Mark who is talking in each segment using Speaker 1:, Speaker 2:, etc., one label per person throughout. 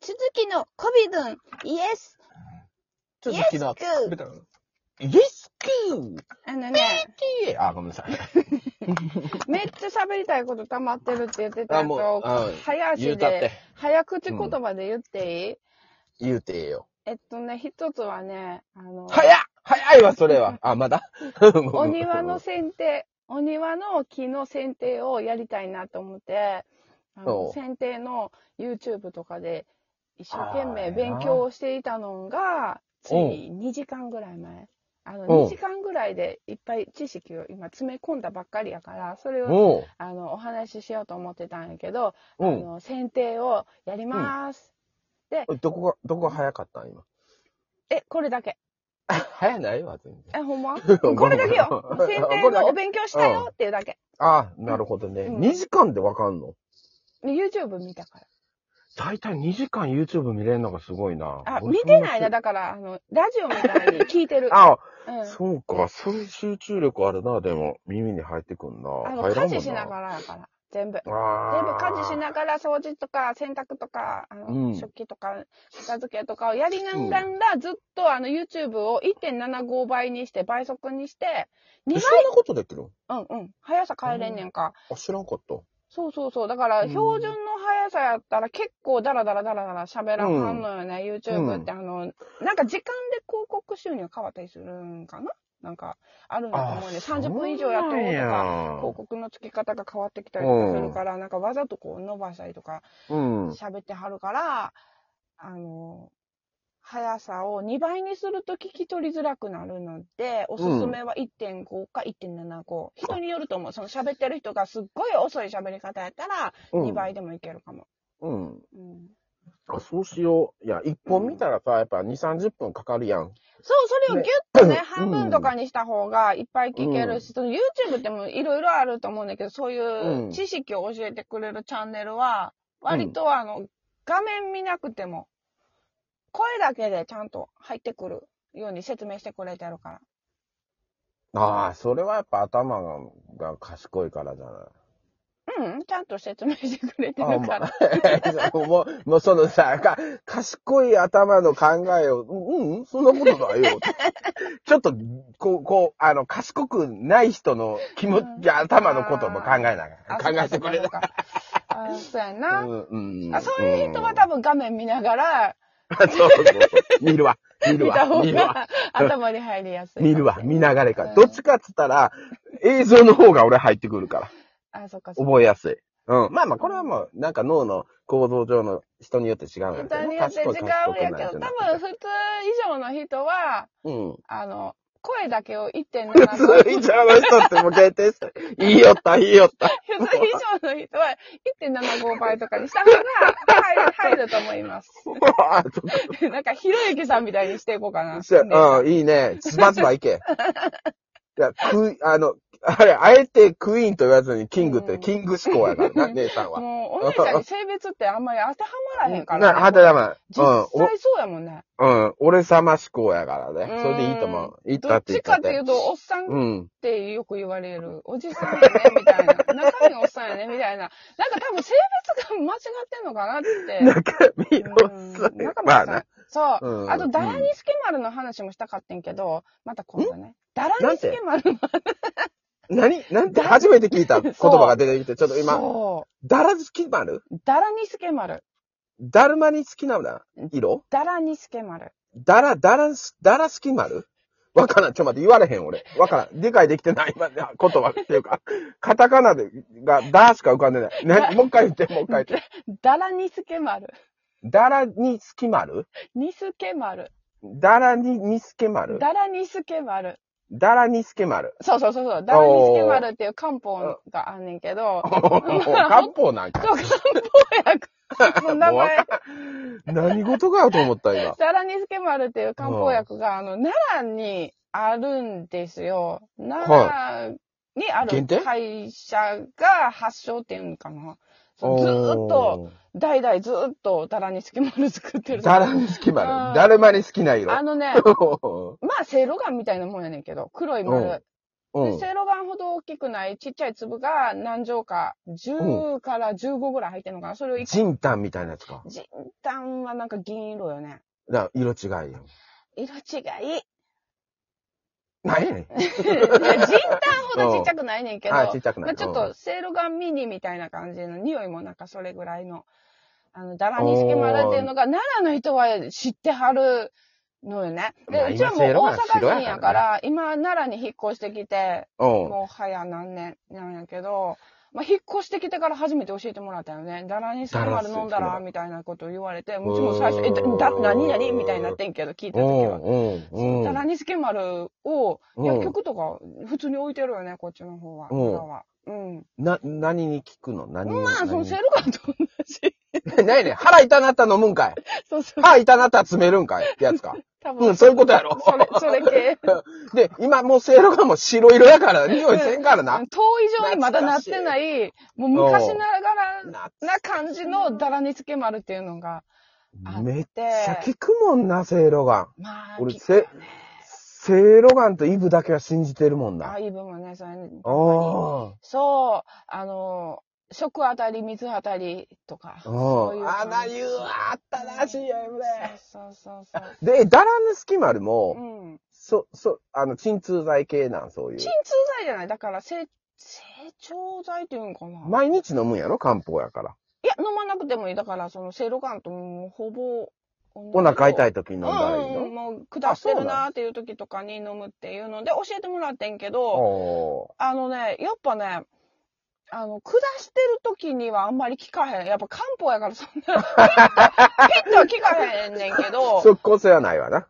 Speaker 1: 続きのコビドン、イエス。
Speaker 2: ちょっと気になって
Speaker 1: イエスくん
Speaker 2: ベタなイエスキュー
Speaker 1: あのね、
Speaker 2: キーあ、ごめんなさい。
Speaker 1: めっちゃ喋りたいこと溜まってるって言ってた
Speaker 2: あ
Speaker 1: やつ
Speaker 2: もう
Speaker 1: を
Speaker 2: うん、
Speaker 1: 早足
Speaker 2: 言うたって
Speaker 1: で、、早口言葉で言っていい、
Speaker 2: 言うてええよ。
Speaker 1: えっとね、一つはね、あの、
Speaker 2: 早っ早いわ、それは。あ、まだ
Speaker 1: お庭の 剪定、お庭の木の剪定をやりたいなと思って、あの
Speaker 2: そう
Speaker 1: 剪定の YouTube とかで一生懸
Speaker 2: あーええ
Speaker 1: 命
Speaker 2: な
Speaker 1: 勉強をしていたのが、つい
Speaker 2: うん
Speaker 1: 2時間ぐらい前。あの、
Speaker 2: ん
Speaker 1: 2時間ぐらいでいっぱい知識を今詰め込んだばっかりやから、それを、
Speaker 2: お
Speaker 1: あの、お話ししようと思ってたんやけど、
Speaker 2: う
Speaker 1: あ
Speaker 2: ん。
Speaker 1: の、剪定をやります。
Speaker 2: うん。どこが、どこが早かったん今。
Speaker 1: え、これだけ。
Speaker 2: 早ないわ、全然。
Speaker 1: え、ほん まこれだけよ
Speaker 2: うん
Speaker 1: 剪定
Speaker 2: これ
Speaker 1: の
Speaker 2: だけ
Speaker 1: お勉強したよっていうだけ。
Speaker 2: あ、なるほどね。
Speaker 1: うん
Speaker 2: 2時間でわかんの
Speaker 1: YouTube 見たから。
Speaker 2: だいたい2時間 YouTube 見れるのがすごいな。
Speaker 1: あ、見
Speaker 2: 俺。
Speaker 1: てないな。。だから、あの、ラジオみたいに聞いてる
Speaker 2: あ、
Speaker 1: うん。
Speaker 2: そうか。そういう集中力あるな、でも。耳に入ってくんな。
Speaker 1: あの、
Speaker 2: 入ら
Speaker 1: 家
Speaker 2: んも
Speaker 1: 事
Speaker 2: ん
Speaker 1: しながらやから、全部。
Speaker 2: あ
Speaker 1: 全部
Speaker 2: ー
Speaker 1: 家事しながら、掃除とか、洗濯とか、あの、
Speaker 2: うん
Speaker 1: 食器とか、片付けとかをやりながら、ずっとあの、YouTube を1.75倍にして、倍速にして、2
Speaker 2: えそんなことできる
Speaker 1: 倍、うんうん、速さ変えれんねんか。
Speaker 2: あ、知らんかった。
Speaker 1: そうそうそう。だから、
Speaker 2: うん
Speaker 1: 標準の速さやったら結構ダラダラダラダラ喋らんはんのよね、YouTube って。あの、なんか時間で広告収入変わったりするんかななんか、あるんだと思うね。30分以上やってるとか、広
Speaker 2: と
Speaker 1: 告の付き方が変わってきたりとかするから、なんかわざとこう伸ばしたりとか
Speaker 2: か。うん。
Speaker 1: 喋ってはるから、あの、速さを2倍にすると聞き取りづらくなるので、おすすめは1.5か1.75。人によると思う。その喋ってる人がすっごい遅い喋り方やったら、
Speaker 2: うん
Speaker 1: 2倍。でもいけるかも。
Speaker 2: うん。
Speaker 1: うん
Speaker 2: あ、そうしよう。いや、1本見たらさ、やっぱ2、30分かかるやん。
Speaker 1: そう、それをギュッとね、
Speaker 2: ね
Speaker 1: 半分とかにした方がいっぱい聞けるし、その YouTube でもいろいろあると思うんだけど、そういううん知識を教えてくれるチャンネルは、割とあの、画面見なくても、声だけでちゃんと入ってくるように説明してくれてるから。
Speaker 2: ああ、それはやっぱ頭がが賢いからじゃない。
Speaker 1: うん、ちゃんと説明してくれて
Speaker 2: あ
Speaker 1: る
Speaker 2: ま
Speaker 1: から。
Speaker 2: あ もう、もうそのさ、か、賢い頭の考えを、うん、うんそんなことな いよ。ちょっと、こう、こう、あの、賢くない人の気持
Speaker 1: うん
Speaker 2: ち、頭のことも考えなが
Speaker 1: あ
Speaker 2: ら、考えてくれ
Speaker 1: そう
Speaker 2: た。
Speaker 1: かそうか。あそうやな。
Speaker 2: ん
Speaker 1: あそういう人は多分画面見ながら、
Speaker 2: 分。 そうそうそう見るわ。見る
Speaker 1: 見た
Speaker 2: わ。
Speaker 1: 方
Speaker 2: 見るわ。
Speaker 1: が頭に入りやすい。
Speaker 2: 見るわ。見ながらか
Speaker 1: うん
Speaker 2: ら。どっちかっつったら、映像の方が俺入ってくるから。
Speaker 1: あ、そっかそっか。
Speaker 2: 覚えやすい。うん。まあまあ、これはもう、なんか脳の構造上の人によって違うんやけど。
Speaker 1: 人によって違うんやけど、多
Speaker 2: 賢い賢くないじゃな
Speaker 1: 分
Speaker 2: く
Speaker 1: 普通以上の人は、
Speaker 2: てうん。
Speaker 1: あの、声だけを
Speaker 2: 普
Speaker 1: 1.75
Speaker 2: 通以上の人ってもう限 定して、いいよった、いいよった。
Speaker 1: 普通以上の人は1.75倍とかにした方が入る入ると思います。
Speaker 2: あそ
Speaker 1: なんか、ひろゆきさんみたいにしていこうかな。
Speaker 2: っかうん、いいね。ズバズバ いけ。いや、クイ、あの、あれ、あえてクイーンと言わずにキングって、
Speaker 1: うん
Speaker 2: キング志向やからな、姉さんは。
Speaker 1: もう、お姉ちゃんに性別ってあんまり当てはまらへんから、
Speaker 2: な、はてだま。う
Speaker 1: 実
Speaker 2: んお
Speaker 1: 際そうやもんね。、
Speaker 2: うん、俺様志向やからね
Speaker 1: うん。
Speaker 2: それでいいと思う。いい
Speaker 1: ど
Speaker 2: だ
Speaker 1: っ
Speaker 2: ってい
Speaker 1: ち
Speaker 2: いか
Speaker 1: か
Speaker 2: っ
Speaker 1: ってい
Speaker 2: て
Speaker 1: う。と、おっさん
Speaker 2: うん。
Speaker 1: ってよく言われる。おじさんやね、みたいな。中身おっさんやね、みたいな。なんか多分性別が間違ってんのかなって。
Speaker 2: 中身おっさ
Speaker 1: うん
Speaker 2: ん。
Speaker 1: 中身
Speaker 2: ま
Speaker 1: さ
Speaker 2: あな。
Speaker 1: そう。
Speaker 2: うん
Speaker 1: あと、ダラニスケ丸の話もしたかってんけど、また今度ね。ダラニスケ丸の
Speaker 2: 何何
Speaker 1: だ
Speaker 2: 初めて聞いた言葉が出てきて、ちょっと今、
Speaker 1: そ
Speaker 2: ダラ好きマル
Speaker 1: う。ダラニスケ丸。
Speaker 2: ダルマに好きなのだ色
Speaker 1: ダラニスケ丸。
Speaker 2: ダラ、ダラ、ダラ好きマルわからん。ちょっと待って、言われへん、俺。わからん。理解できてない、今、言葉っていうか。 カタカナで、が、ダーしか浮かんでない。な、もう一回言って、もう一回言って。
Speaker 1: ダラニスケ丸。
Speaker 2: ダラに好きマル
Speaker 1: ニスケ丸。
Speaker 2: ダラに、にすけマル
Speaker 1: ダラニスケ丸。
Speaker 2: ダラにすけマル。
Speaker 1: そうそうそうそう。ダラニスケ丸っていう漢方があんねんけど、
Speaker 2: 漢方なんか。
Speaker 1: そう、漢方薬の名
Speaker 2: もうわ
Speaker 1: 前。
Speaker 2: かん何事かよと思った、 今。
Speaker 1: ダラニスケ丸っていう漢方薬が、あの、奈良にあるんですよ。奈良にある
Speaker 2: 限定
Speaker 1: 会社が発祥っていうのかな。そうずーっと、代々ずーっとダラニスケ丸作ってる。
Speaker 2: ダラに好き
Speaker 1: うん
Speaker 2: マル。ダルマに好きな色。
Speaker 1: あのね、まあ、セイロガンみたいなもんやねんけど、黒い丸。
Speaker 2: う
Speaker 1: で、
Speaker 2: ん。
Speaker 1: セイロガンほど大きくないちっちゃい粒が何錠か、10から15ぐらい入ってるのかな。それを一個。
Speaker 2: ジンタンみたいなやつか。
Speaker 1: じんたんはなんか銀色よね。
Speaker 2: だから色違いやん。
Speaker 1: 色違 い。
Speaker 2: なんやねん。
Speaker 1: いや人ンほどちっちゃくないねんけど、
Speaker 2: あちっちゃく
Speaker 1: ま
Speaker 2: な
Speaker 1: あ、
Speaker 2: い。
Speaker 1: ちょっ
Speaker 2: う
Speaker 1: と
Speaker 2: ん、
Speaker 1: セイロガンミニみたいな感じの匂いもなんかそれぐらいの、あの、ダラニスケマラっていうのが、奈良の人は知ってはるのよね。
Speaker 2: い
Speaker 1: で、
Speaker 2: や
Speaker 1: うちはもう
Speaker 2: 今セイロガ
Speaker 1: 大
Speaker 2: ン白やか
Speaker 1: 阪
Speaker 2: らね
Speaker 1: 人やから、今奈良に引っ越してきて、
Speaker 2: うん。
Speaker 1: もう早何年なんやけど、まあ、引っ越してきてから初めて教えてもらったよね。ダラニスケマラ飲んだ
Speaker 2: ダラ
Speaker 1: ら
Speaker 2: ニ
Speaker 1: みたいなことを言われて、もちろん最初、え、だ、だ何何みたいになってんけど、聞いた
Speaker 2: う
Speaker 1: 時
Speaker 2: ん
Speaker 1: は。
Speaker 2: うんうん
Speaker 1: ダラニスケマルを、
Speaker 2: うん
Speaker 1: 薬局とか普通に置いてるよね、こっちの方は。
Speaker 2: うん
Speaker 1: 裏はうん。
Speaker 2: な、何に効くの何に。
Speaker 1: まあ、その
Speaker 2: 何に
Speaker 1: セルガンと同じ。
Speaker 2: 何やねん。腹痛 なったら飲むんかい。
Speaker 1: そうそう。
Speaker 2: 歯痛なったら詰めるんかいってやつか。
Speaker 1: 多
Speaker 2: うん、そういうことやろ。
Speaker 1: それ、それ 系。
Speaker 2: で、今もうせいろがもう白色やから、匂いせんから な。
Speaker 1: 遠い上にまだなってない、もう昔ながら
Speaker 2: な
Speaker 1: な感じのダラニスケマルっていうのが、あって
Speaker 2: めっちゃ効くもんな、せいろがん。
Speaker 1: まあ、
Speaker 2: 俺
Speaker 1: きっとね
Speaker 2: せいろがんとイブだけは信じてるもん
Speaker 1: あ
Speaker 2: な
Speaker 1: あ。いう部分ね、それね。
Speaker 2: あ
Speaker 1: そう、あの、食あたり、水あたりとか。
Speaker 2: あ。
Speaker 1: そういう
Speaker 2: ああ、
Speaker 1: 感じ
Speaker 2: ないうわ、あったらしいやん、これ。
Speaker 1: そうそうそうそう。
Speaker 2: で、ダラヌスキマルも、
Speaker 1: うん。
Speaker 2: そ、そ、あの、鎮痛剤系なん、そういう
Speaker 1: 鎮。痛剤じゃないだから、成、成長剤っていうんかな、
Speaker 2: 毎日飲むんやろ漢方やから。
Speaker 1: いや、飲まなくてもいい。だから、その、セイロガンともうほぼ、
Speaker 2: お腹痛
Speaker 1: い。
Speaker 2: い時に飲
Speaker 1: うん
Speaker 2: だらいい
Speaker 1: ん、う
Speaker 2: の
Speaker 1: ん、もう、下してるなーっていう時とかに飲むっていうので、教えてもらってんけど、
Speaker 2: お
Speaker 1: あのね、やっぱね、あの、下してる時にはあんまり効かへん。やっぱ漢方やからそん な、ピッとは効かへんねんけど、
Speaker 2: ー。
Speaker 1: ちょっ
Speaker 2: 即効性はないわな。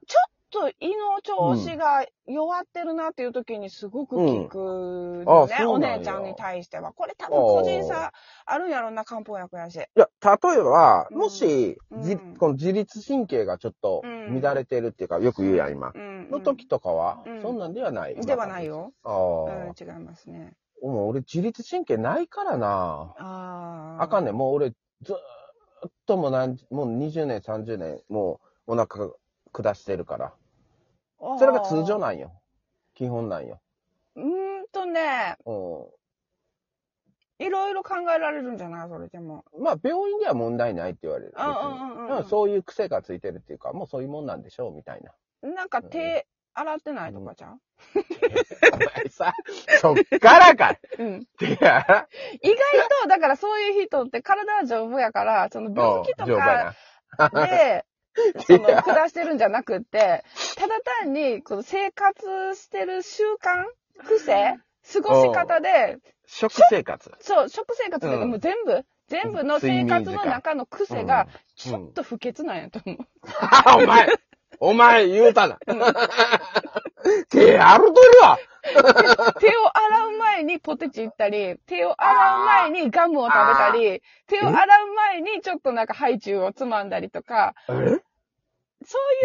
Speaker 1: と胃の調子が弱ってるなっていう時にすごく効く
Speaker 2: うん
Speaker 1: の
Speaker 2: あ
Speaker 1: ね、
Speaker 2: そう
Speaker 1: お
Speaker 2: なんや
Speaker 1: 姉ちゃんに対しては。これ多分個人差あるんやろな、漢方薬やし。
Speaker 2: いや、例えば、
Speaker 1: うん
Speaker 2: もし、じ
Speaker 1: うん
Speaker 2: この自律神経がちょっと
Speaker 1: うん
Speaker 2: 乱れてるっていうか、よく言うやん、今。
Speaker 1: うん、
Speaker 2: の時とかは、
Speaker 1: うん
Speaker 2: そんなんではない。
Speaker 1: ではないよ。
Speaker 2: あ
Speaker 1: う
Speaker 2: あ
Speaker 1: ん、。違いますね。
Speaker 2: もう俺自律神経ないからな。
Speaker 1: ああ。
Speaker 2: あかん
Speaker 1: ね。
Speaker 2: ねん。もう俺、ずーっともう何、もう20年、30年、もうお腹下してるから。それが通常
Speaker 1: な
Speaker 2: なんよ。基本なんよ。
Speaker 1: うーんとね、
Speaker 2: う
Speaker 1: いろいろ考えられるんじゃないそれでも。
Speaker 2: ん。まあ、病院では問題ないって言われる。
Speaker 1: うんうんうんうん
Speaker 2: 別にそういう癖がついてるっていうか、もうそういうもんなんでしょう、みたいな。
Speaker 1: なんか手洗ってないとかじゃん、
Speaker 2: お前さ、そっからかい。
Speaker 1: うん、
Speaker 2: いや、
Speaker 1: 意外と、だからそういう人って体は丈夫やから、その病気と
Speaker 2: うん丈夫
Speaker 1: か
Speaker 2: や
Speaker 1: で、その、下してるんじゃなくって、ただ単に、この生活してる習慣癖過ごし方で、
Speaker 2: 食生活。
Speaker 1: そう、食生活だけど、
Speaker 2: うん
Speaker 1: もう全部、全部の生活の中の癖が、ちょっと不潔なんやと思う。
Speaker 2: うん、お前、お前言うたな。 手あるとる わ。
Speaker 1: 手を洗う前にポテチ行ったり、手を洗う前にガムを食べたり、手を洗う前にちょっとなんかハイチュウをつまんだりとか、そうい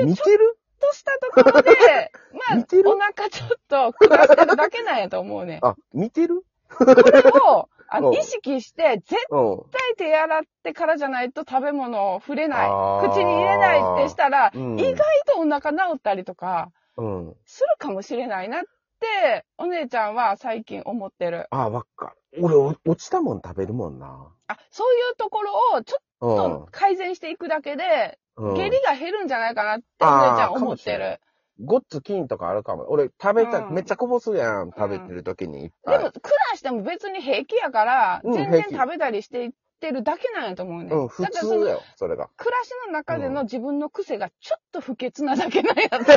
Speaker 1: う
Speaker 2: 似
Speaker 1: ちょって
Speaker 2: る
Speaker 1: としたところで、 まあ
Speaker 2: 似て、る。
Speaker 1: お腹ちょっと下してるだけなんやと思うね
Speaker 2: あ、似てる
Speaker 1: これを、あ
Speaker 2: うん
Speaker 1: の、意識して、絶
Speaker 2: うん。
Speaker 1: 対手洗ってからじゃないと食べ物を触れない
Speaker 2: あ、ー
Speaker 1: 口に入れないってしたら、
Speaker 2: うん
Speaker 1: 意外とお腹治ったりとか、
Speaker 2: うん。
Speaker 1: するかもしれないなって、お姉ちゃんは最近思ってる。
Speaker 2: あ、わかる。俺、お落ちたもん食べるもんな。
Speaker 1: あ、そういうところをちょっ
Speaker 2: う
Speaker 1: と改善していくだけで、
Speaker 2: ん。
Speaker 1: 下痢が減るんじゃないかなって、お
Speaker 2: あー
Speaker 1: 姉ちゃん思って
Speaker 2: かもしれな
Speaker 1: る。
Speaker 2: ごっつ金とかあるかも。俺、食べた、
Speaker 1: うん
Speaker 2: めっちゃこぼすやん。食べてる時にいっ
Speaker 1: で
Speaker 2: ぱ
Speaker 1: も、
Speaker 2: い。
Speaker 1: 苦らしても別に平気やから、
Speaker 2: うん
Speaker 1: 全然
Speaker 2: 平気
Speaker 1: 食べたりしていってるだけなんやと思うね。
Speaker 2: うん、普
Speaker 1: だから
Speaker 2: 通
Speaker 1: その
Speaker 2: だよ、それが。
Speaker 1: 暮らしの中での自分の癖がちょっと不潔なだけなんやと思 う。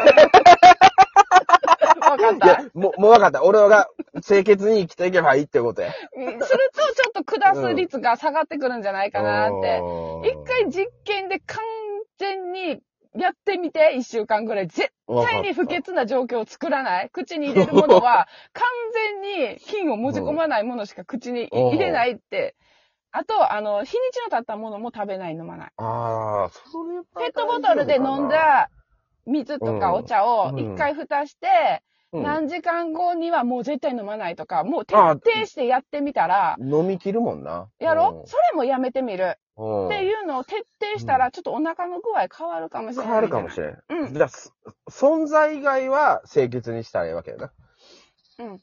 Speaker 1: わかっ
Speaker 2: い
Speaker 1: た。
Speaker 2: や、もう、もうわかった。俺が清潔に生きていけばいいってことや。
Speaker 1: すると、ちょっと下す率が下がってくるんじゃないかなって。
Speaker 2: うん
Speaker 1: 一回実験で完全にやってみて、一週間ぐらい。絶対に不潔な状況を作らない。口に入れるものは、完全に菌を持ち込まないものしか口に入れないって。あと、あの、日にちの経ったものも食べない、飲まない。
Speaker 2: ああ、それは
Speaker 1: ペットボトルで飲んだ水とかお茶を
Speaker 2: うん
Speaker 1: 一回蓋して、
Speaker 2: うん、
Speaker 1: 何時間後にはもう絶対飲まないとか、もう徹
Speaker 2: あ
Speaker 1: 底してやってみたら、
Speaker 2: 飲み切るもんな。
Speaker 1: やろそれもやめてみる。
Speaker 2: うん、
Speaker 1: っていうのを徹底したら、ちょっとお腹の具合変わるかもしれない。
Speaker 2: 変わるかもしれん。
Speaker 1: れない。
Speaker 2: じゃあ、す存在以外は清潔にしたらいいわけやな。
Speaker 1: うん。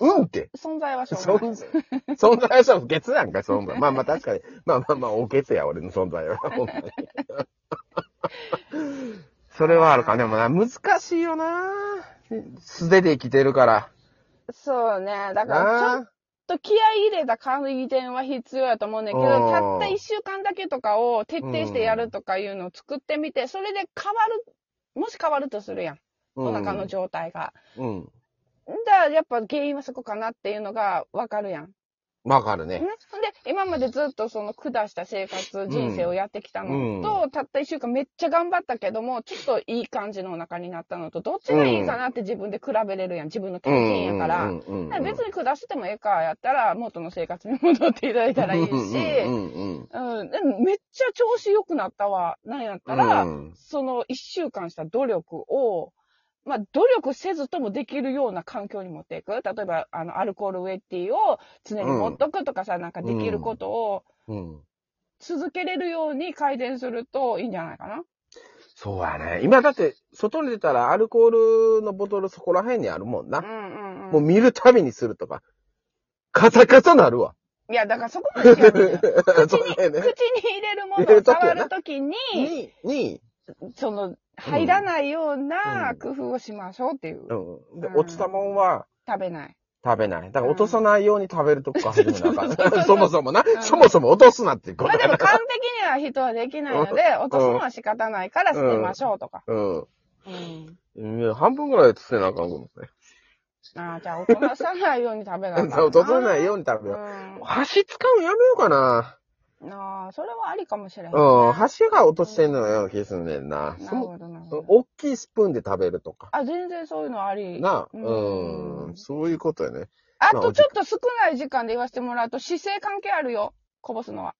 Speaker 2: うんって。
Speaker 1: 存在はしょうがない。
Speaker 2: 存在、存在はさ、不潔なんか、存在。ま あまあ確かに。まあまあまあ、おけつや、俺の存在は。ほんまにそれはあるか。でもな、難しいよな素手で生きてるから。
Speaker 1: そうね。だから、ちょっ
Speaker 2: な
Speaker 1: と気合い入れた改善は必要やと思うねんだけ
Speaker 2: う
Speaker 1: ど、
Speaker 2: ん
Speaker 1: たった一週間だけとかを徹底してやるとかいうのを作ってみて、それで変わる、もし変わるとするやん。お腹の状態が。
Speaker 2: うん。
Speaker 1: だからやっぱ原因はそこかなっていうのがわかるやん。
Speaker 2: わかる
Speaker 1: ね、
Speaker 2: ね。
Speaker 1: で、今までずっとその下した生活、人生をやってきたのと、たった一週間めっちゃ頑張ったけども、ちょっといい感じのお腹になったのと、どっちがいいかなって自分で比べれるやん。自分の経
Speaker 2: うんうん
Speaker 1: 験やから。
Speaker 2: うんうん
Speaker 1: だから別に下してもええか、やったら元の生活に戻っていただいたらいいし、う
Speaker 2: うんんうんうん
Speaker 1: でもめっちゃ調子良くなったわ、なんやったら、
Speaker 2: うん
Speaker 1: その一週間した努力を、まあ、努力せずともできるような環境に持っていく。例えば、あの、アルコールウェッティを常に持っとくとかさ、なんかできることを
Speaker 2: うん。
Speaker 1: 続けれるように改善するといいんじゃないかな。
Speaker 2: そうやね。今だって、外に出たらアルコールのボトルそこら辺にあるもんな。
Speaker 1: うんうんうん。
Speaker 2: もう見るたびにするとか。カサカサなるわ。
Speaker 1: いや、だからそこまで違うんだよ 口
Speaker 2: そう
Speaker 1: に、
Speaker 2: だ
Speaker 1: 口に
Speaker 2: よね。
Speaker 1: 入れるも
Speaker 2: 入れ
Speaker 1: のを
Speaker 2: る時
Speaker 1: 触
Speaker 2: やな
Speaker 1: るときに、
Speaker 2: に、に、
Speaker 1: その、入らないような
Speaker 2: うん
Speaker 1: 工夫をしましょうっていう。
Speaker 2: うん。で
Speaker 1: う、ん
Speaker 2: 落ちたもんは
Speaker 1: 食べない。
Speaker 2: 食べない。だから
Speaker 1: うん
Speaker 2: 落とさないように食べるとこから始めな
Speaker 1: そう
Speaker 2: あ
Speaker 1: そう
Speaker 2: か
Speaker 1: そ
Speaker 2: ん。
Speaker 1: う
Speaker 2: そもそもな
Speaker 1: う。ん
Speaker 2: そもそも落とすなっていうこ
Speaker 1: まあ
Speaker 2: と
Speaker 1: で
Speaker 2: や
Speaker 1: も
Speaker 2: な。
Speaker 1: 完璧には人はできないので、落とすのは仕方ないから捨てましょうとか。
Speaker 2: うん
Speaker 1: うん。
Speaker 2: いや。半分ぐらい捨てなあかんこと ね。
Speaker 1: ああ、じゃあ、落とさないように食べない。
Speaker 2: 落とさないよ
Speaker 1: う
Speaker 2: うに食べ
Speaker 1: に。う
Speaker 2: よ
Speaker 1: ん
Speaker 2: う。。箸使うのやめようかな。
Speaker 1: ああ、それはありかもしれない。
Speaker 2: うん。箸が落としてんのような気すんねんな。
Speaker 1: な
Speaker 2: そ
Speaker 1: る
Speaker 2: も
Speaker 1: ほど、なるほ
Speaker 2: そ
Speaker 1: ど。
Speaker 2: の大きいスプーンで食べるとか。
Speaker 1: あ、全然そういうのあり。
Speaker 2: なあ。
Speaker 1: う
Speaker 2: うんん。そういうことやね。
Speaker 1: あとちょっと少ない時間で言わせてもらうと、姿勢関係あるよ。こぼすのは。